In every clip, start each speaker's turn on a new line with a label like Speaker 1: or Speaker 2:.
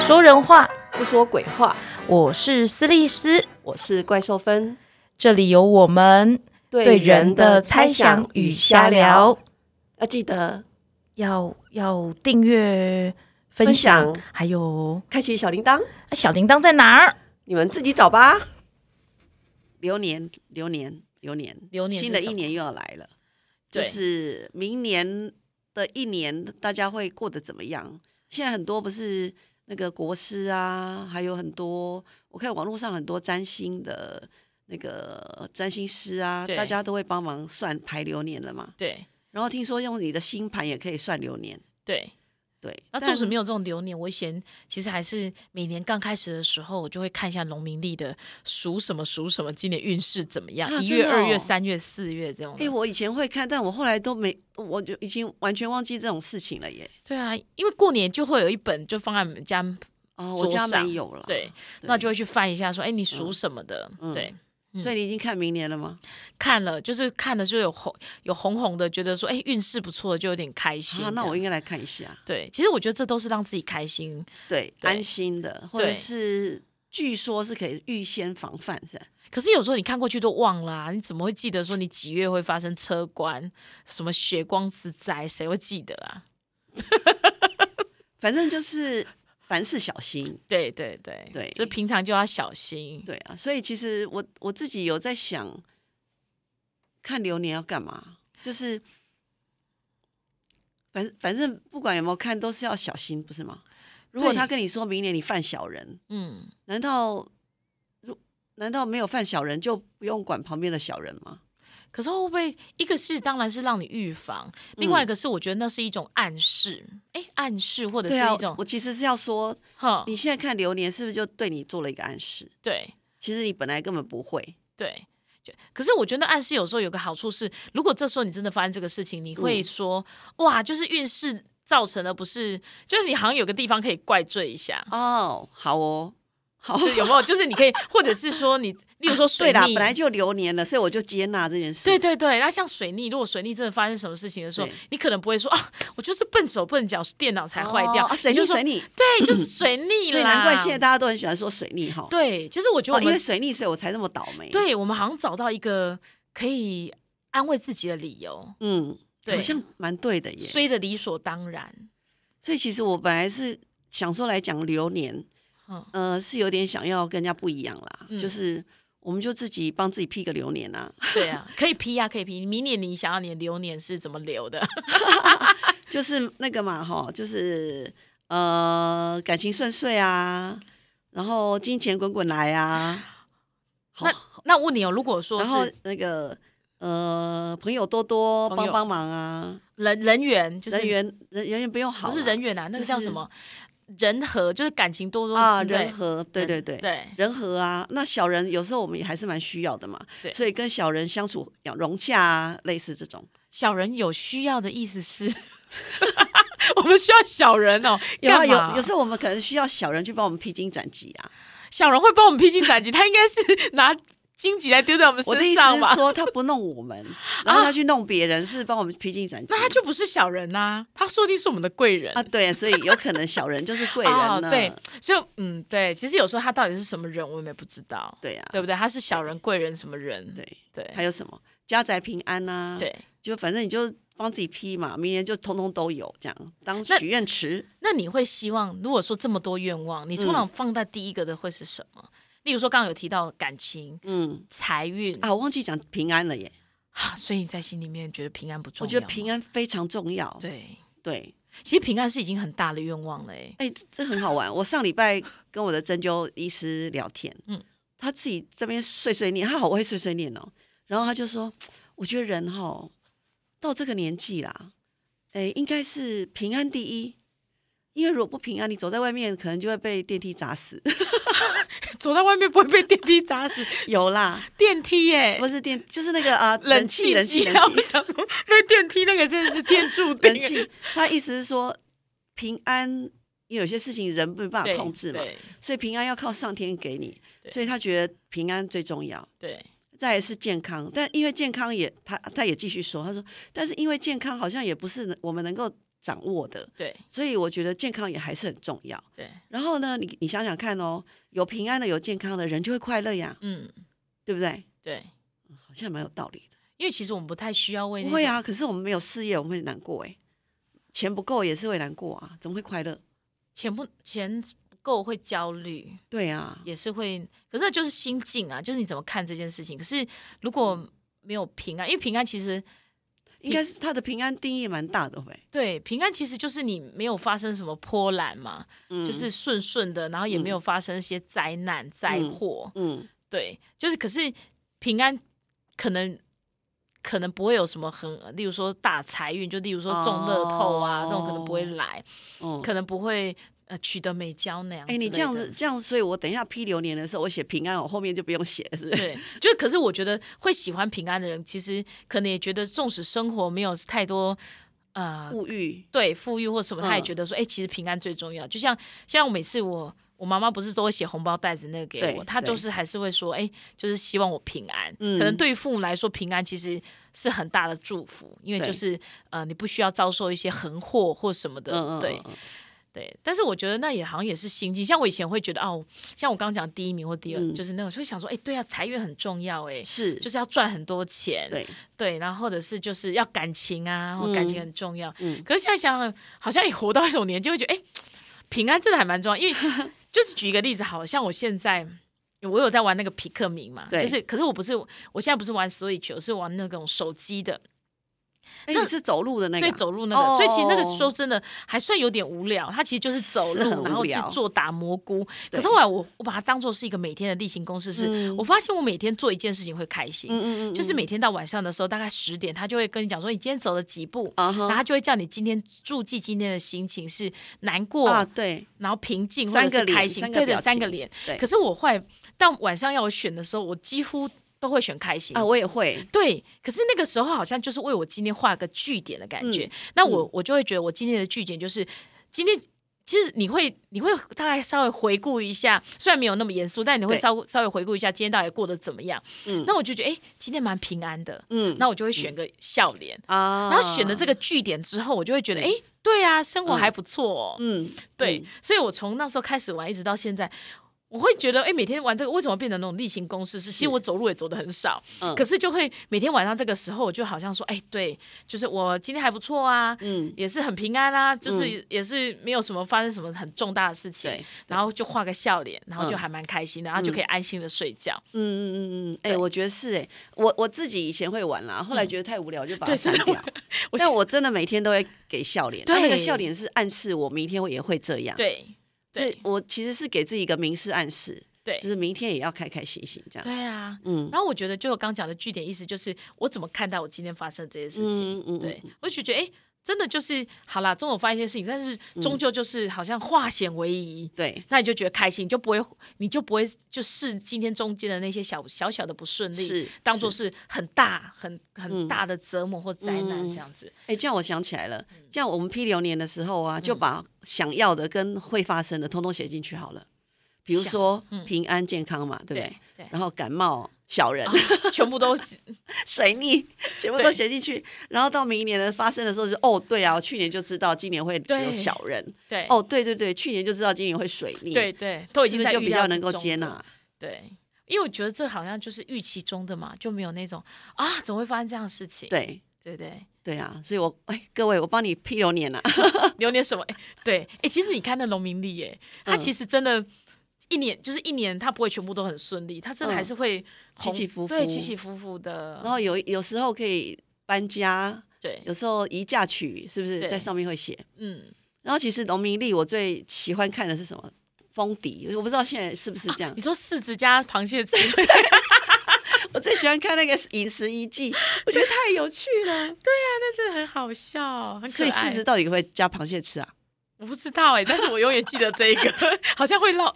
Speaker 1: 说人话，
Speaker 2: 不说鬼话。
Speaker 1: 我是斯利斯，
Speaker 2: 我是怪兽芬，
Speaker 1: 这里有我们对人的猜想与瞎聊，，
Speaker 2: 要记得
Speaker 1: 要要订阅、分
Speaker 2: 分
Speaker 1: 享，
Speaker 2: 享
Speaker 1: 还有
Speaker 2: 开启小铃铛，
Speaker 1: 啊小铃铛在哪儿？
Speaker 2: 你们自己找吧。
Speaker 3: 流年，流年，流年，
Speaker 1: 流年是
Speaker 3: 新的
Speaker 1: 什
Speaker 3: 一
Speaker 1: 么
Speaker 3: 年又要来了，就
Speaker 1: 对
Speaker 3: 是明年的一年，大家会过得怎么样？现在很多不是那个国师啊，还有很多，我看网络上很多占星的那个占星师啊，
Speaker 1: 对
Speaker 3: 大家都会帮忙算排流年了嘛。
Speaker 1: 对
Speaker 3: 然后听说用你的星盘也可以算流年，
Speaker 1: 对，
Speaker 3: 对。
Speaker 4: 那
Speaker 3: 但
Speaker 4: 纵使没有这种流年，我以前其实还是每年刚开始的时候，我就会看一下农民历的属什么属什么，今年运势怎么样，
Speaker 3: 啊
Speaker 4: 一、
Speaker 3: 真
Speaker 4: 月、
Speaker 3: 的
Speaker 4: 二
Speaker 3: 哦
Speaker 4: 月、三月、四月这种的。
Speaker 3: 哎、我以前会看，但我后来都没，我就已经完全忘记这种事情了耶。
Speaker 4: 对啊，因为过年就会有一本就放在我们家，
Speaker 3: 哦，我
Speaker 4: 桌
Speaker 3: 家没
Speaker 4: 上
Speaker 3: 有了。
Speaker 4: 对，那就会去翻一下说，哎，你属什么的？
Speaker 3: 嗯
Speaker 4: 对，
Speaker 3: 所以你已经看明年了吗？
Speaker 4: 看了就是看了就有红有红红的，觉得说，哎，运势不错，就有点开心这
Speaker 3: 啊，
Speaker 4: 样。
Speaker 3: 那我应该来看一下。
Speaker 4: 对，其实我觉得这都是让自己开心。
Speaker 3: 对，
Speaker 4: 对
Speaker 3: 安心的，或者
Speaker 4: 对
Speaker 3: 是据说是可以预先防范，是吧？
Speaker 4: 可是有时候你看过去都忘了、啊，你怎么会记得说你几月会发生车关、什么血光之灾？谁会记得啊？
Speaker 3: 反正就是凡事小心。
Speaker 4: 对对对
Speaker 3: 对
Speaker 4: 就平常就要小心。
Speaker 3: 对啊，所以其实我我自己有在想，看流年要干嘛，就是反反正不管有没有看，都是要小心，不是吗？如果
Speaker 4: 对
Speaker 3: 他跟你说明年你犯小人，
Speaker 4: 嗯，
Speaker 3: 难道如难道没有犯小人就不用管旁边的小人吗？
Speaker 4: 可是会不会一个是当然是让你预防，另
Speaker 3: 嗯
Speaker 4: 外一个是我觉得那是一种暗示，哎、暗示或者是
Speaker 3: 对啊
Speaker 4: 一，种嗯
Speaker 3: 我其实是要说，
Speaker 4: 哈、
Speaker 3: 你现在看流年是不是就对你做了一个暗示？
Speaker 4: 对
Speaker 3: 其实你本来根本不会，
Speaker 4: 对。就可是我觉得暗示有时候有个好处是，如果这时候你真的发生这个事情，你会
Speaker 3: 嗯
Speaker 4: 说、哇，就是运势造成的，不是？就是你好像有个地方可以怪罪一下。
Speaker 3: 哦，好哦，好，
Speaker 4: 就有没有？就是你可以，或者是说你，例如说水
Speaker 3: 对啦，
Speaker 4: 逆，
Speaker 3: 本来就流年了，所以我就接纳这件事。
Speaker 4: 对对对。那像水逆，如果水逆真的发生什么事情的时候
Speaker 3: 对，
Speaker 4: 你可能不会说啊，我就是笨手笨脚，电脑才
Speaker 3: 哦，
Speaker 4: 坏掉，
Speaker 3: 啊水
Speaker 4: 你就
Speaker 3: 逆
Speaker 4: 说
Speaker 3: 水逆，
Speaker 4: 对，就是水逆 啦。
Speaker 3: 所以难怪现在大家都很喜欢说水逆哈。
Speaker 4: 对，就是我觉得
Speaker 3: 哦，
Speaker 4: 我
Speaker 3: 因
Speaker 4: 们、
Speaker 3: 为水逆，所以我才那么倒霉。，
Speaker 4: 对我们好像找到一个可以安慰自己的理由，
Speaker 3: 嗯，
Speaker 4: 对
Speaker 3: 好像蛮对的耶。
Speaker 4: 衰的理所当然。
Speaker 3: 所以其实我本来是想说来讲流年，
Speaker 4: 嗯
Speaker 3: 呃，是有点想要跟人家不一样啦，
Speaker 4: 嗯
Speaker 3: 就是我们就自己帮自己批个流年啊，
Speaker 4: 对啊， 可以批呀、可以批。明年你想要你的流年是怎么流的？
Speaker 3: 就是那个嘛，哈，就是呃，感情顺遂啊，然后金钱滚滚来啊，好
Speaker 4: 那， 那问你哦，如果说
Speaker 3: 然后
Speaker 4: 是
Speaker 3: 那个呃，朋友多多
Speaker 4: 朋友
Speaker 3: 帮帮忙啊，
Speaker 4: 人人缘，就是
Speaker 3: 人缘人人缘不用好啊，
Speaker 4: 不是人缘啊，那
Speaker 3: 就
Speaker 4: 个叫
Speaker 3: 是
Speaker 4: 什么？人和就是感情多多
Speaker 3: 啊，
Speaker 4: 对
Speaker 3: 人和，对对
Speaker 4: 人
Speaker 3: 对。
Speaker 4: 对
Speaker 3: 人和啊，那小人有时候我们也还是蛮需要的嘛，
Speaker 4: 对
Speaker 3: 所以跟小人相处要融洽啊，类似这种，
Speaker 4: 小人有需要的意思是， 我们需要小人哦，
Speaker 3: 有啊
Speaker 4: 干嘛
Speaker 3: 有有时候我们可能需要小人去帮我们披荆斩棘啊，
Speaker 4: 小人会帮我们披荆斩棘，他应该是拿荆棘来丢在我们
Speaker 3: 我的
Speaker 4: 身
Speaker 3: 意思
Speaker 4: 上
Speaker 3: 是
Speaker 4: 吧？
Speaker 3: 说，他不弄 我们，然后他去弄别人，是帮我们披荆斩棘。
Speaker 4: 啊那他就不是小人呐、他说不定是我们的贵人
Speaker 3: 啊，对，所以有可能小人就是贵人
Speaker 4: 哦
Speaker 3: 呢。
Speaker 4: 对，所以嗯，对，其实有时候他到底是什么人，我们也不知道，
Speaker 3: 对啊，
Speaker 4: 对不对？他是小人、贵人什么人？
Speaker 3: 对，
Speaker 4: 对
Speaker 3: 还有什么家宅平安呐？，
Speaker 4: 对。
Speaker 3: 就反正你就帮自己批嘛，明年就通通都有这样当
Speaker 4: 那
Speaker 3: 许愿池。
Speaker 4: 那你会希望，如果说这么多愿望，你通
Speaker 3: 嗯
Speaker 4: 常放在第一个的会是什么？例如说，刚刚有提到感情、
Speaker 3: 嗯
Speaker 4: 财运
Speaker 3: 啊，我忘记讲平安了耶，
Speaker 4: 啊，所以你在心里面觉得平安不重
Speaker 3: 我
Speaker 4: 要吗？
Speaker 3: 觉得平安非常重要。
Speaker 4: 对，
Speaker 3: 对，
Speaker 4: 其实平安是已经很大的愿望了欸 诶。
Speaker 3: 哎，这这很好玩。我上礼拜跟我的针灸医师聊天，嗯
Speaker 4: 嗯，
Speaker 3: 他自己这边碎碎念，他好会碎碎念哦。然后他就说，我觉得人哈、到这个年纪啦，哎，应该是平安第一。因为如果不平安，你走在外面可能就会被电梯砸死。
Speaker 4: 走在外面不会被电梯砸死，
Speaker 3: 有啦，
Speaker 4: 电梯耶、
Speaker 3: 不是电，就是那个啊，
Speaker 4: 冷
Speaker 3: 气、
Speaker 4: 气
Speaker 3: 冷
Speaker 4: 机
Speaker 3: 气、
Speaker 4: 啊！
Speaker 3: 冷
Speaker 4: 我
Speaker 3: 气、
Speaker 4: 想说，被电梯那个真的是 天注定
Speaker 3: 冷。气。他意思是说，平安，因为有些事情人没办法
Speaker 4: 对
Speaker 3: 控制嘛，
Speaker 4: 对
Speaker 3: 所以平安要靠上天给你。
Speaker 4: 对
Speaker 3: 所以他觉得平安最重要。
Speaker 4: 对
Speaker 3: 再来是健康，但因为健康也，他他也继续说，他说，但是因为健康好像也不是我们能够掌握的。
Speaker 4: 对
Speaker 3: 所以我觉得健康也还是很重要。
Speaker 4: 对，
Speaker 3: 然后呢，你你想想看哦，有平安的，有健康的人就会快乐呀，
Speaker 4: 嗯，
Speaker 3: 对不对？
Speaker 4: 对，
Speaker 3: 好像蛮有道理的。
Speaker 4: 因为其实我们不太需要为那
Speaker 3: 不会
Speaker 4: 种，
Speaker 3: 啊，可是我们没有事业，我们会难过哎，钱不够也是会难过啊，怎么会快乐？
Speaker 4: 钱不钱不够会焦虑，
Speaker 3: 对啊，
Speaker 4: 也是会，可是那就是心境啊，就是你怎么看这件事情。可是如
Speaker 3: 嗯
Speaker 4: 果没有平安，因为平安其实
Speaker 3: 应该是他的平安定义蛮大的呗。
Speaker 4: 对平安其实就是你没有发生什么波澜嘛，
Speaker 3: 嗯
Speaker 4: 就是顺顺的，然后也没有发生一些灾难、灾祸，
Speaker 3: 嗯，
Speaker 4: 对，就是可是平安可能。可能不会有什么很，例如说大财运，就例如说中乐透啊，这种可能不会来，
Speaker 3: 哦、
Speaker 4: 可能不会呃取得美娇那样。
Speaker 3: 哎，你这样子，这样，所以我等一下批流年的时候，我写平安，我后面就不用写了，是不是？
Speaker 4: 对，就可是我觉得会喜欢平安的人，其实可能也觉得，纵使生活没有太多呃
Speaker 3: 物欲，
Speaker 4: 对富裕或什么，他也
Speaker 3: 嗯
Speaker 4: 觉得说，哎、其实平安最重要。就像像我每次我我妈妈不是都会写红包袋子那个给我，
Speaker 3: 对
Speaker 4: 她就
Speaker 3: 对
Speaker 4: 是还是会说，哎、就是希望我平安。
Speaker 3: 嗯
Speaker 4: 可能对于父母来说，平安其实是很大的祝福，因为
Speaker 3: 对
Speaker 4: 就是呃，你不需要遭受一些横祸或什么的，
Speaker 3: 嗯嗯，
Speaker 4: 对
Speaker 3: 嗯。嗯
Speaker 4: 对，但是我觉得那也好像也是心境。像我以前会觉得，哦，像我刚刚讲第一名或第二，
Speaker 3: 嗯
Speaker 4: 就是那种就会想说，哎、对啊，财运很重要，哎，
Speaker 3: 是，
Speaker 4: 就是要赚很多钱，
Speaker 3: 对，
Speaker 4: 对然后或者是就是要感情啊，或感情很重要。
Speaker 3: 嗯
Speaker 4: 可是现在想想，好像也活到一种年纪，会觉得，哎、平安真的还蛮重要。因为就是举一个例子好了，像我现在。我有在玩那个皮克明嘛，
Speaker 3: 对
Speaker 4: 就是，可是我不是，我现在不是玩 Switch，我是玩那种手机的，
Speaker 3: 哎，你是走路的那个啊，
Speaker 4: 对，走路那个，
Speaker 3: 哦
Speaker 4: 所以其实那个说真的还算有点无聊，它其实就是走
Speaker 3: 是很
Speaker 4: 路，
Speaker 3: 无
Speaker 4: 然后去
Speaker 3: 聊
Speaker 4: 做打蘑菇。可
Speaker 3: 对
Speaker 4: 是后来我我把它当做是一个每天的例行公事，是
Speaker 3: 嗯
Speaker 4: 我发现我每天做一件事情会开心，
Speaker 3: 嗯，嗯嗯嗯，
Speaker 4: 就是每天到晚上的时候，大概十点，他就会跟你讲说你今天走了几步，
Speaker 3: 啊
Speaker 4: 然
Speaker 3: 哈
Speaker 4: 后他就会叫你今天注记今天的心情是难过，
Speaker 3: 啊，对，
Speaker 4: 然后平静或
Speaker 3: 三
Speaker 4: 者是
Speaker 3: 个脸
Speaker 4: 开心，
Speaker 3: 三个
Speaker 4: 对对，
Speaker 3: 表
Speaker 4: 三个
Speaker 3: 情
Speaker 4: 脸。
Speaker 3: 对
Speaker 4: 可是我会，但晚上要我选的时候，我几乎都会选开心
Speaker 3: 啊，。我也会，
Speaker 4: 对，可是那个时候好像就是为我今天画个句点的感觉。
Speaker 3: 嗯
Speaker 4: 那我、我就会觉得我今天的句点就是今天。其实你会你会大概稍微回顾一下，虽然没有那么严肃，但你会
Speaker 3: 对
Speaker 4: 稍微稍微回顾一下今天到底过得怎么样。
Speaker 3: 嗯
Speaker 4: 那我就觉得哎、诶今天蛮平安的，
Speaker 3: 嗯，
Speaker 4: 那我就会选个笑脸。
Speaker 3: 啊，
Speaker 4: 然后选了这个据点之后，我就会觉得哎、诶对啊，生活还不错哦。
Speaker 3: 嗯，
Speaker 4: 对
Speaker 3: 嗯，，
Speaker 4: 所以我从那时候开始玩，一直到现在，我会觉得，哎，每天玩这个为什么变成那种例行公事？是其实我走路也走的很少，
Speaker 3: 嗯
Speaker 4: 可是就会每天晚上这个时候，我就好像说，哎，对，就是我今天还不错啊，
Speaker 3: 嗯
Speaker 4: 也是很平安啊，就是也是没有什么发生什么很重大的事情
Speaker 3: 对，
Speaker 4: 然后就画个笑脸，然后就
Speaker 3: 嗯
Speaker 4: 还蛮开心的，然后就可以安心的睡觉。
Speaker 3: 嗯嗯嗯嗯，哎、
Speaker 4: 对嗯
Speaker 3: 我觉得是哎、我我自己以前会玩啦，后来觉得太无聊就把它
Speaker 4: 对真
Speaker 3: 删
Speaker 4: 的
Speaker 3: 掉。
Speaker 4: 我
Speaker 3: 但我真的每天都会给笑脸，啊那那个
Speaker 4: 对
Speaker 3: 笑脸是暗示我明天我也会这样。，
Speaker 4: 对，
Speaker 3: 所
Speaker 4: 对
Speaker 3: 以，我其实是给自己一个明示暗示，
Speaker 4: 对
Speaker 3: 就是明天也要开开心心这样。
Speaker 4: 对啊。
Speaker 3: 嗯，
Speaker 4: 然后我觉得，就我刚讲的据点意思，就是我怎么看待我今天发生的这些事情。
Speaker 3: 嗯嗯
Speaker 4: 对，我就觉得哎、诶真的就是好啦，总有发生一些事情，但是
Speaker 3: 嗯
Speaker 4: 终究就是好像化险为夷。
Speaker 3: 对
Speaker 4: 那你就觉得开心，你就不会，你就不会就是今天中间的那些小小小的不顺利
Speaker 3: 是，
Speaker 4: 当做是很大、很很大的折磨或灾难
Speaker 3: 嗯
Speaker 4: 这样子。
Speaker 3: 哎、这样我想起来了，
Speaker 4: 嗯
Speaker 3: 这样我们批流年的时候啊，就把想要的跟会发生的通通写进去好了。比如
Speaker 4: 想
Speaker 3: 说
Speaker 4: 嗯
Speaker 3: 平安健康嘛，对不对？
Speaker 4: 对对
Speaker 3: 然后感冒、小人、
Speaker 4: 全部都
Speaker 3: 水 逆全部
Speaker 4: 对
Speaker 3: 都写进去，然后到明年的发生的时候就哦，对啊，我去年就知道今年会
Speaker 4: 对
Speaker 3: 有小人，
Speaker 4: 对
Speaker 3: 哦，对对对，去年就知道今年会水逆，
Speaker 4: 对，对，都已
Speaker 3: 是
Speaker 4: 经
Speaker 3: 不
Speaker 4: 在
Speaker 3: 是就
Speaker 4: 预
Speaker 3: 比
Speaker 4: 料之
Speaker 3: 较能够
Speaker 4: 中
Speaker 3: 接
Speaker 4: 了
Speaker 3: 纳？
Speaker 4: 对，因为我觉得这好像就是预期中的嘛，就没有那种啊，怎么会发生这样的事情？
Speaker 3: 对
Speaker 4: 对不对？
Speaker 3: 对啊，所以我哎，各位，我帮你批流年啊，
Speaker 4: 流年什么？哎对，哎、其实你看那农民历，哎，他
Speaker 3: 嗯
Speaker 4: 其实真的，一年就是一年，他不会全部都很顺利，他真的还是会红、
Speaker 3: 嗯起起伏伏
Speaker 4: 对，起起伏伏的。
Speaker 3: 然后有有时候可以搬家，
Speaker 4: 对，
Speaker 3: 有时候移嫁娶，是不是
Speaker 4: 对
Speaker 3: 在上面会写？
Speaker 4: 嗯，
Speaker 3: 然后其实农民历我最喜欢看的是什么？封底，我不知道现在是不是这样
Speaker 4: 你。说柿子加螃 蟹吃，对
Speaker 3: 我最喜欢看那个饮食遗迹，我觉得太有趣了。
Speaker 4: 那真的很好笑，很可
Speaker 3: 所以柿
Speaker 4: 爱
Speaker 3: 子。到底会不会加螃蟹吃啊？
Speaker 4: 我不知道哎、但是我永远记得这一个， 好像会落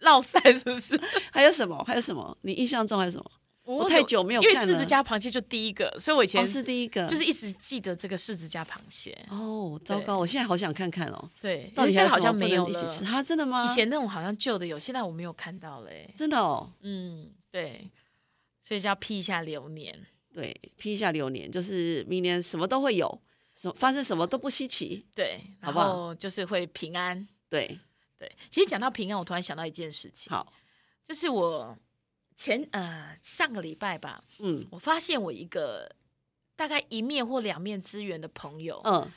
Speaker 4: 落塞，是不是？
Speaker 3: 还有什么？还有什么？你印象中还有什么？
Speaker 4: 我
Speaker 3: 太久没有
Speaker 4: 因为
Speaker 3: 看
Speaker 4: 柿子
Speaker 3: 了
Speaker 4: 加螃蟹就第一个，所以我以前、
Speaker 3: 哦，是第一个，
Speaker 4: 就是一直记得这个柿子加螃蟹。
Speaker 3: 哦，糟
Speaker 4: 对
Speaker 3: 糕，我现在好想看看哦。
Speaker 4: 对，因
Speaker 3: 到
Speaker 4: 为
Speaker 3: 底
Speaker 4: 现在好
Speaker 3: 还有什
Speaker 4: 像
Speaker 3: 么不
Speaker 4: 没
Speaker 3: 能
Speaker 4: 有
Speaker 3: 一
Speaker 4: 了
Speaker 3: 起。吃啊？真的吗？
Speaker 4: 以前那种好像旧的有，现在我没有看到嘞、哎
Speaker 3: 真的哦，
Speaker 4: 嗯，对，所以就要辟一下流年。
Speaker 3: 对，批一下流年，就是明年什么都会有， ，
Speaker 2: 对
Speaker 3: 什么发生什么都不稀奇。
Speaker 4: 对，
Speaker 3: 好
Speaker 4: 然
Speaker 3: 不好
Speaker 4: 后就是会平安。
Speaker 3: 对，
Speaker 4: 对，其实讲到平安，我突然想到一件事情，
Speaker 3: 好，
Speaker 4: 就是我前呃上个礼拜吧，
Speaker 3: 嗯
Speaker 4: 我发现我一个大概一面或两面资源的朋友，
Speaker 3: 嗯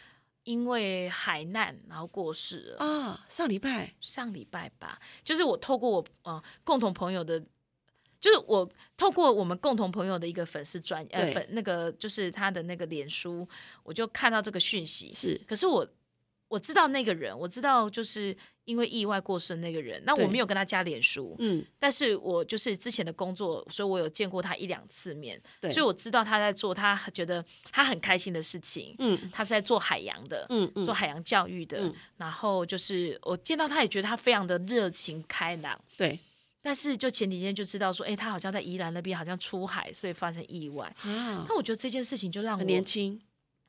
Speaker 4: 因为海难然后过世了。
Speaker 3: 啊，上礼拜
Speaker 4: 上礼拜吧，就是我透过我呃共同朋友的，就是我透过我们共同朋友的一个粉丝专呃
Speaker 3: 对
Speaker 4: 粉那个就是他的那个脸书，我就看到这个讯息。
Speaker 3: 是
Speaker 4: 可是我我知道那个人，我知道就是因为意外过世的那个人，那
Speaker 3: 对
Speaker 4: 我没有跟他加脸书，
Speaker 3: 嗯
Speaker 4: 但是我就是之前的工作，所以我有见过他一两次面，
Speaker 3: 对
Speaker 4: 所以我知道他在做他觉得他很开心的事情，
Speaker 3: 嗯
Speaker 4: 他是在做海洋的，
Speaker 3: 嗯嗯
Speaker 4: 做海洋教育的，
Speaker 3: 嗯
Speaker 4: 然后就是我见到他也觉得他非常的热情开朗，
Speaker 3: 对
Speaker 4: 但是就前几天就知道说，哎，他好像在宜兰那边好像出海，所以发生意外。
Speaker 3: 啊，
Speaker 4: 那我觉得这件事情就让我
Speaker 3: 很年轻，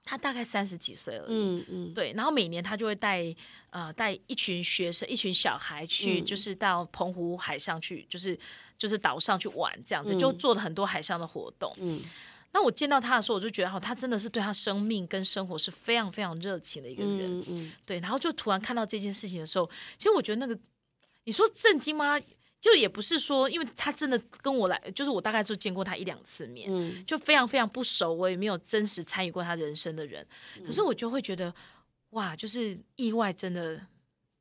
Speaker 4: 他大概三十几岁而已。
Speaker 3: 嗯嗯
Speaker 4: 对，然后每年他就会带呃带一群学生、一群小孩去，
Speaker 3: 嗯
Speaker 4: 就是到澎湖海上去，就是就是岛上去玩这样子，就
Speaker 3: 嗯
Speaker 4: 做了很多海上的活动。
Speaker 3: 嗯
Speaker 4: 那我见到他的时候，我就觉得哦，他真的是对他生命跟生活是非常非常热情的一个人。
Speaker 3: 嗯嗯，
Speaker 4: 对，然后就突然看到这件事情的时候，其实我觉得那个你说震惊吗？就也不是说，因为他真的跟我来，就是我大概就见过他一两次面，
Speaker 3: 嗯
Speaker 4: 就非常非常不熟，我也没有真实参与过他人生的人，可
Speaker 3: 嗯
Speaker 4: 是我就会觉得，哇，就是意外真的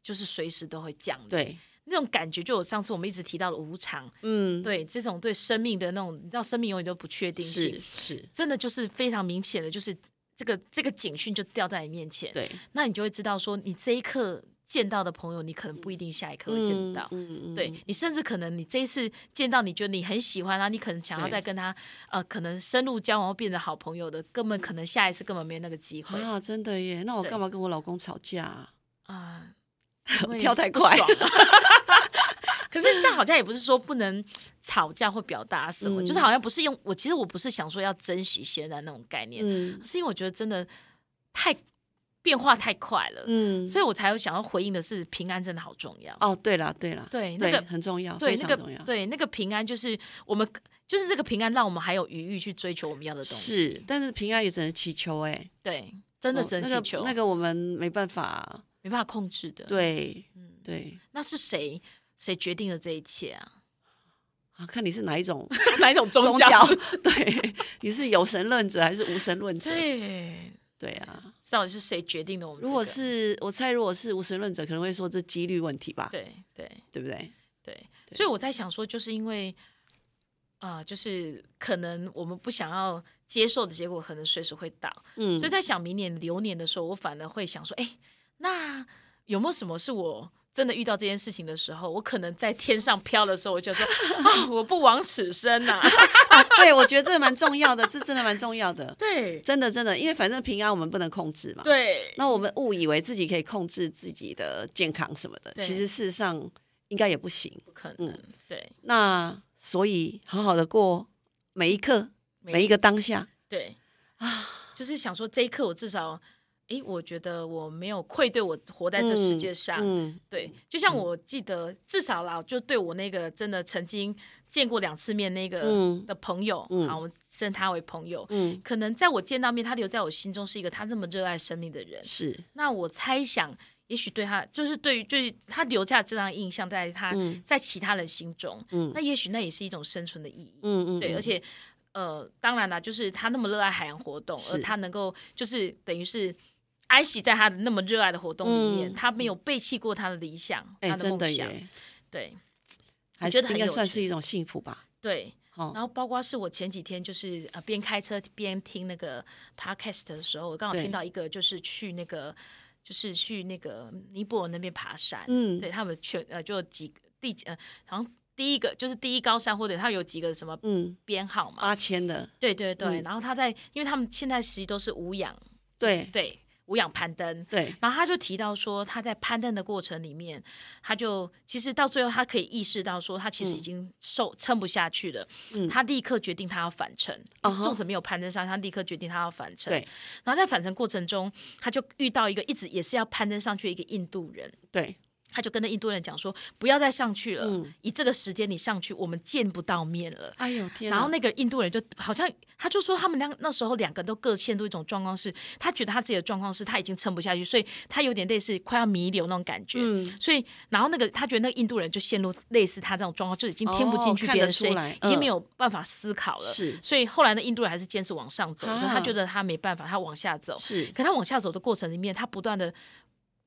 Speaker 4: 就是随时都会降临，
Speaker 3: 对，
Speaker 4: 那种感觉，就有上次我们一直提到的无常，
Speaker 3: 嗯
Speaker 4: 对这种对生命的那种，你知道生命永远都不确定
Speaker 3: 是
Speaker 4: 性，
Speaker 3: 是，
Speaker 4: 真的就是非常明显的，就是这个这个警讯就掉在你面前，
Speaker 3: 对，
Speaker 4: 那你就会知道说，你这一刻见到的朋友，你可能不一定下一刻会见到。
Speaker 3: 嗯嗯
Speaker 4: 对你，甚至可能你这一次见到，你觉得你很喜欢他，你可能想要
Speaker 3: 对
Speaker 4: 再跟他呃，可能深入交往，变成好朋友的，根本可能下一次根本没那个机会啊、
Speaker 3: 啊，真的耶，那我
Speaker 4: 对
Speaker 3: 干嘛跟我老公吵架啊？
Speaker 4: 因为
Speaker 3: 跳太
Speaker 4: 不
Speaker 3: 快
Speaker 4: 爽可是这样好像也不是说不能吵架或表达什么，
Speaker 3: 嗯
Speaker 4: 就是好像不是用我，其实我不是想说要珍惜现在那种概念，
Speaker 3: 嗯
Speaker 4: 是因为我觉得真的太变化太快了，
Speaker 3: 嗯，
Speaker 4: 所以我才有想要回应的是平安真的好重要。
Speaker 3: 哦，对啦对啦，
Speaker 4: 对那
Speaker 3: 对
Speaker 4: 个
Speaker 3: 很重要，
Speaker 4: 对
Speaker 3: 哦非
Speaker 4: 那
Speaker 3: 常
Speaker 4: 个
Speaker 3: 重要，
Speaker 4: 对那个平安，就是我们就是这个平安，让我们还有余裕去追求我们要的东西。
Speaker 3: 是，但是平安也只能祈求哎，
Speaker 4: 对，真的
Speaker 3: 哦
Speaker 4: 只能
Speaker 3: 那
Speaker 4: 祈
Speaker 3: 个
Speaker 4: 求，
Speaker 3: 那个我们没办法，
Speaker 4: 没办法控制的。，
Speaker 3: 对
Speaker 4: 嗯，
Speaker 3: 对
Speaker 4: 那是谁谁决定了这一切啊？
Speaker 3: 啊，看你是 哪一种
Speaker 4: 哪一种宗
Speaker 3: 宗教？ 对，你是有神论者还是无神论者？
Speaker 4: 对，
Speaker 3: 对啊，
Speaker 4: 到底是谁决定的我们这个、
Speaker 3: 如果是我猜，如果是无神论者，可能会说这几率问题吧，
Speaker 4: 对对
Speaker 3: 对不对？
Speaker 4: 对，
Speaker 3: 对
Speaker 4: 所以我在想说，就是因为啊、就是可能我们不想要接受的结果，可能随时会到。
Speaker 3: 嗯
Speaker 4: 所以在想明年流年的时候，我反而会想说，哎，那有没有什么是我真的遇到这件事情的时候，我可能在天上飘的时候，我就说啊，我不枉此生 呐、
Speaker 3: 啊，对，我觉得这蛮重要的，这真的蛮重要的，
Speaker 4: 对
Speaker 3: 真的真的，因为反正平安我们不能控制 嘛。
Speaker 4: 对
Speaker 3: 那我们误以为自己可以控制自己的健康什么的，
Speaker 4: 对
Speaker 3: 其实事实上应该也不行。
Speaker 4: 不可能，对
Speaker 3: 那所以好好的过每一刻，
Speaker 4: 每
Speaker 3: 每一个当下，
Speaker 4: 对啊，就是想说这一刻我至少。哎，我觉得我没有愧对我活在这世界上，
Speaker 3: 嗯，
Speaker 4: 对，就像我记得，至少啦，就对我那个真的曾经见过两次面那个
Speaker 3: 嗯
Speaker 4: 的朋友，
Speaker 3: 嗯
Speaker 4: 啊，我称他为朋友，
Speaker 3: 嗯
Speaker 4: 可能在我见到面，他留在我心中是一个他这么热爱生命的人。
Speaker 3: 是，
Speaker 4: 那我猜想，也许对他就是对于对于他留下这样的印象，在他、
Speaker 3: 嗯
Speaker 4: 在其他人心中，
Speaker 3: 嗯
Speaker 4: 那也许那也是一种生存的意义。
Speaker 3: 嗯嗯，
Speaker 4: 对，而且呃，当然啦，就是他那么热爱海洋活动，
Speaker 3: 是
Speaker 4: 而他能够就是等于是。安息在他的那么热爱的活动里面，
Speaker 3: 嗯
Speaker 4: 他没有背弃过他的理想，
Speaker 3: 哎，
Speaker 4: 他的
Speaker 3: 真的
Speaker 4: 梦想。
Speaker 3: 耶，
Speaker 4: 对
Speaker 3: 还
Speaker 4: 觉
Speaker 3: 是
Speaker 4: 得
Speaker 3: 应
Speaker 4: 很
Speaker 3: 该
Speaker 4: 有
Speaker 3: 算
Speaker 4: 趣
Speaker 3: 是一种幸福吧。
Speaker 4: 对，然
Speaker 3: 哦，
Speaker 4: 后包括是我前几天就是呃边开车边听那个 podcast 的时候，我刚好
Speaker 3: 对
Speaker 4: 听到一个就是去那个就是去那个尼泊尔那边爬山，
Speaker 3: 嗯
Speaker 4: 对他们全呃就有几个第几呃好像第一个就是第一高山或者他有几个什么
Speaker 3: 嗯，
Speaker 4: 编号嘛，
Speaker 3: 八千的，
Speaker 4: 对对对，
Speaker 3: 嗯
Speaker 4: 然后他在因为他们现在其实都是无氧，就是
Speaker 3: 对
Speaker 4: 对无氧攀登。
Speaker 3: 对，
Speaker 4: 然后他就提到说，他在攀登的过程里面，他就其实到最后，他可以意识到说，他其实已经受撑不下去了。
Speaker 3: 嗯
Speaker 4: 他立刻决定他要返程，
Speaker 3: 啊哈
Speaker 4: 纵使没有攀登上，他立刻决定他要返程。
Speaker 3: 对
Speaker 4: 然后在返程过程中，他就遇到一个一直也是要攀登上去的一个印度人，
Speaker 3: 对，
Speaker 4: 他就跟那印度人讲说，不要再上去了，
Speaker 3: 嗯
Speaker 4: 以这个时间你上去，我们见不到面了。
Speaker 3: 哎呦天哪！
Speaker 4: 然后那个印度人就好像，他就说他们两那时候两个都各陷入一种状况是，他觉得他自己的状况是他已经撑不下去，所以他有点类似快要弥留那种感觉。
Speaker 3: 嗯
Speaker 4: 所以，然后那个他觉得那个印度人就陷入类似他这种状况，就已经听不进去
Speaker 3: 哦看
Speaker 4: 别
Speaker 3: 得
Speaker 4: 人声音，
Speaker 3: 出来
Speaker 4: 已经
Speaker 3: 嗯
Speaker 4: 没有办法思考了。
Speaker 3: 是
Speaker 4: 所以后来呢，印度人还是坚持往上走，
Speaker 3: 啊
Speaker 4: 可他觉得他没办法，他往下走。
Speaker 3: 是
Speaker 4: 可他往下走的过程里面，他不断的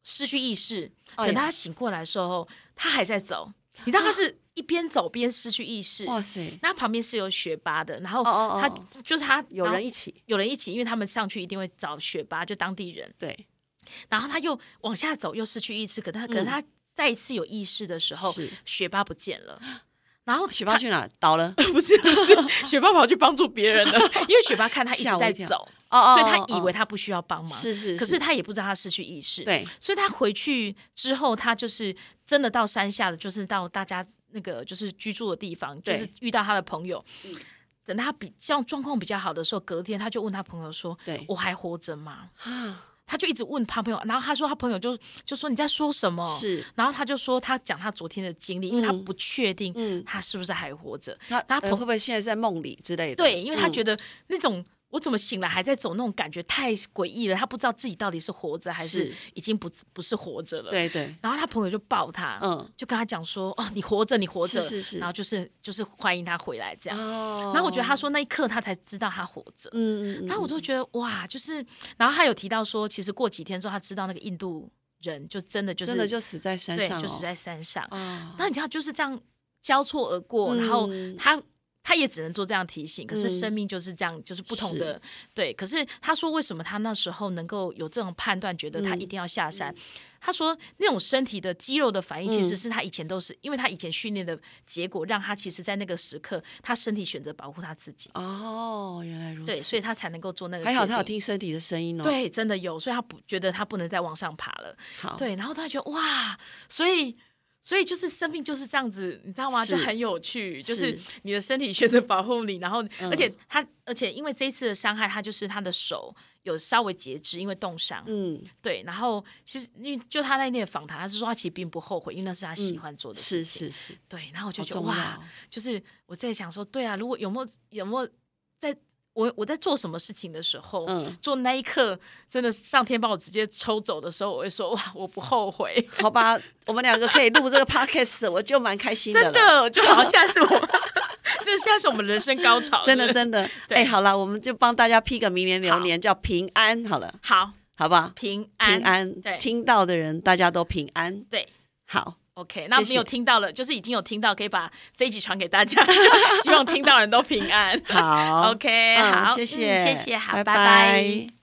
Speaker 4: 失去意识。
Speaker 3: 哎
Speaker 4: 等
Speaker 3: 呀啊
Speaker 4: 他醒过来的时候，他还在走。你知道他是一边走边失去意识。
Speaker 3: 哇塞，
Speaker 4: 那旁边是有学霸的，然后
Speaker 3: 哦哦哦
Speaker 4: 他就是他
Speaker 3: 有人一
Speaker 4: 起，
Speaker 3: 起
Speaker 4: 有人一起，因为他们上去一定会找学霸，就当地人。
Speaker 3: 对，
Speaker 4: 然后他又往下走，又失去意识，可他可是他再一次有意识的时候
Speaker 3: 嗯是，
Speaker 4: 学霸不见了。然 后
Speaker 3: 雪豹去哪倒 了？
Speaker 4: 不是不是， 雪霸跑去帮助别人 了，因为雪霸看他一直
Speaker 3: 吓我
Speaker 4: 在
Speaker 3: 一跳
Speaker 4: 走，
Speaker 3: 哦哦
Speaker 4: 所以他
Speaker 3: 哦
Speaker 4: 以为
Speaker 3: 哦
Speaker 4: 他不需要帮忙。
Speaker 3: 是是，
Speaker 4: 可是他也不知道他失去意识，，
Speaker 3: 对
Speaker 4: 所以他回去之后，他就是真的到山下的，就是到大家那个就是居住的地方，就
Speaker 3: 对嗯
Speaker 4: 是遇到他的朋友。等他比这样状况比较好的时候，隔天他就问他朋友说：“
Speaker 3: 对
Speaker 4: 我还活着吗
Speaker 3: 啊？”
Speaker 4: 他就一直问他朋友，然后他说他朋友就就说你在说什么？
Speaker 3: 是
Speaker 4: 然后他就说他讲他昨天的经历，因为他不确定
Speaker 3: 嗯
Speaker 4: 他是不是还活着。
Speaker 3: 他
Speaker 4: 然后
Speaker 3: 他
Speaker 4: 朋
Speaker 3: 哎会不会现在在梦里之类的？嗯
Speaker 4: 对，因为他觉
Speaker 3: 得
Speaker 4: 得那种、我怎么醒来还在走那种感觉太诡异了，他不知道自己到底是活着还是
Speaker 3: 是
Speaker 4: 已经不不是活着了。
Speaker 3: 对对
Speaker 4: 然后他朋友就抱他，
Speaker 3: 嗯
Speaker 4: 就跟他讲说：“哦，你活着，你活着。
Speaker 3: 是是哦是
Speaker 4: 然后就是就是欢迎他回来这样。
Speaker 3: 哦
Speaker 4: 然后我觉得他说那一刻他才知道他活着。
Speaker 3: 嗯嗯
Speaker 4: 然后我就觉得哇，就是，然后他有提到说，其实过几天之后他知道那个印度人就真的就是
Speaker 3: 真的就死在山
Speaker 4: 对，
Speaker 3: 上哦，
Speaker 4: 就死在山上。
Speaker 3: 啊
Speaker 4: 那你知道就是这样交错而过，然后
Speaker 3: 嗯
Speaker 4: 他。他也只能做这样提醒，可是
Speaker 3: 嗯
Speaker 4: 生命就是这样，就是不同的对。可是他说，为什么他那时候能够有这种判断，觉得他一定要下山？
Speaker 3: 嗯
Speaker 4: 他说，那种身体的肌肉的反应，其实是他以前都是，因为他以前训练的结果，让他其实在那个时刻，他身体选择保护他自己，
Speaker 3: 哦，原来如此，
Speaker 4: 对，所以他才能够做那个。
Speaker 3: 还好他有，听身体的声音哦，，
Speaker 4: 对，真的有，所以他不觉得他不能再往上爬了。
Speaker 3: 好，
Speaker 4: 对，然后突然觉得哇，所以所以就是生命就是这样子，你知道吗？就是很有趣，就是
Speaker 3: 是嗯
Speaker 4: 你的身体学着保护你，然后、而且他而且因为这一次的伤害，他就是他的手有稍微截肢，因为冻伤。
Speaker 3: 嗯，
Speaker 4: 对，然后其实因为就他那天的访谈，他是说他其实并不后悔，因为那是他喜欢做的事
Speaker 3: 嗯是
Speaker 4: 情。
Speaker 3: 是是，
Speaker 4: 对，然后我就
Speaker 3: 好
Speaker 4: 觉得
Speaker 3: 重要
Speaker 4: 哇
Speaker 3: 哦，
Speaker 4: 就是我在想说，对啊，如果有没有有没有在我我在做什么事情的时候，
Speaker 3: 嗯
Speaker 4: 做那一刻真的上天把我直接抽走的时候，我会说哇，我不后悔，
Speaker 3: 好吧，我们两个可以录这个 podcast，我就蛮开心的
Speaker 4: 真
Speaker 3: 了，
Speaker 4: 的，就好像是我，这现 在是我们人生高潮，
Speaker 3: 真
Speaker 4: 是
Speaker 3: 的
Speaker 4: 不是
Speaker 3: 真的，
Speaker 4: 对
Speaker 3: 哎，好了，我们就帮大家批个明年流年叫平安好了，
Speaker 4: 好
Speaker 3: 好不好？
Speaker 4: 平安
Speaker 3: 平安
Speaker 4: 对，
Speaker 3: 听到的人大家都平安，
Speaker 4: 对。
Speaker 3: 好，
Speaker 4: OK，那
Speaker 3: 谢谢
Speaker 4: 没有听到了，就是已经有听到，可以把这一集传给大 家，希望听到人都平安。
Speaker 3: 好
Speaker 4: OK，、
Speaker 3: 嗯
Speaker 4: 好，
Speaker 3: 谢谢
Speaker 4: 嗯谢谢，好，
Speaker 3: 拜
Speaker 4: 拜拜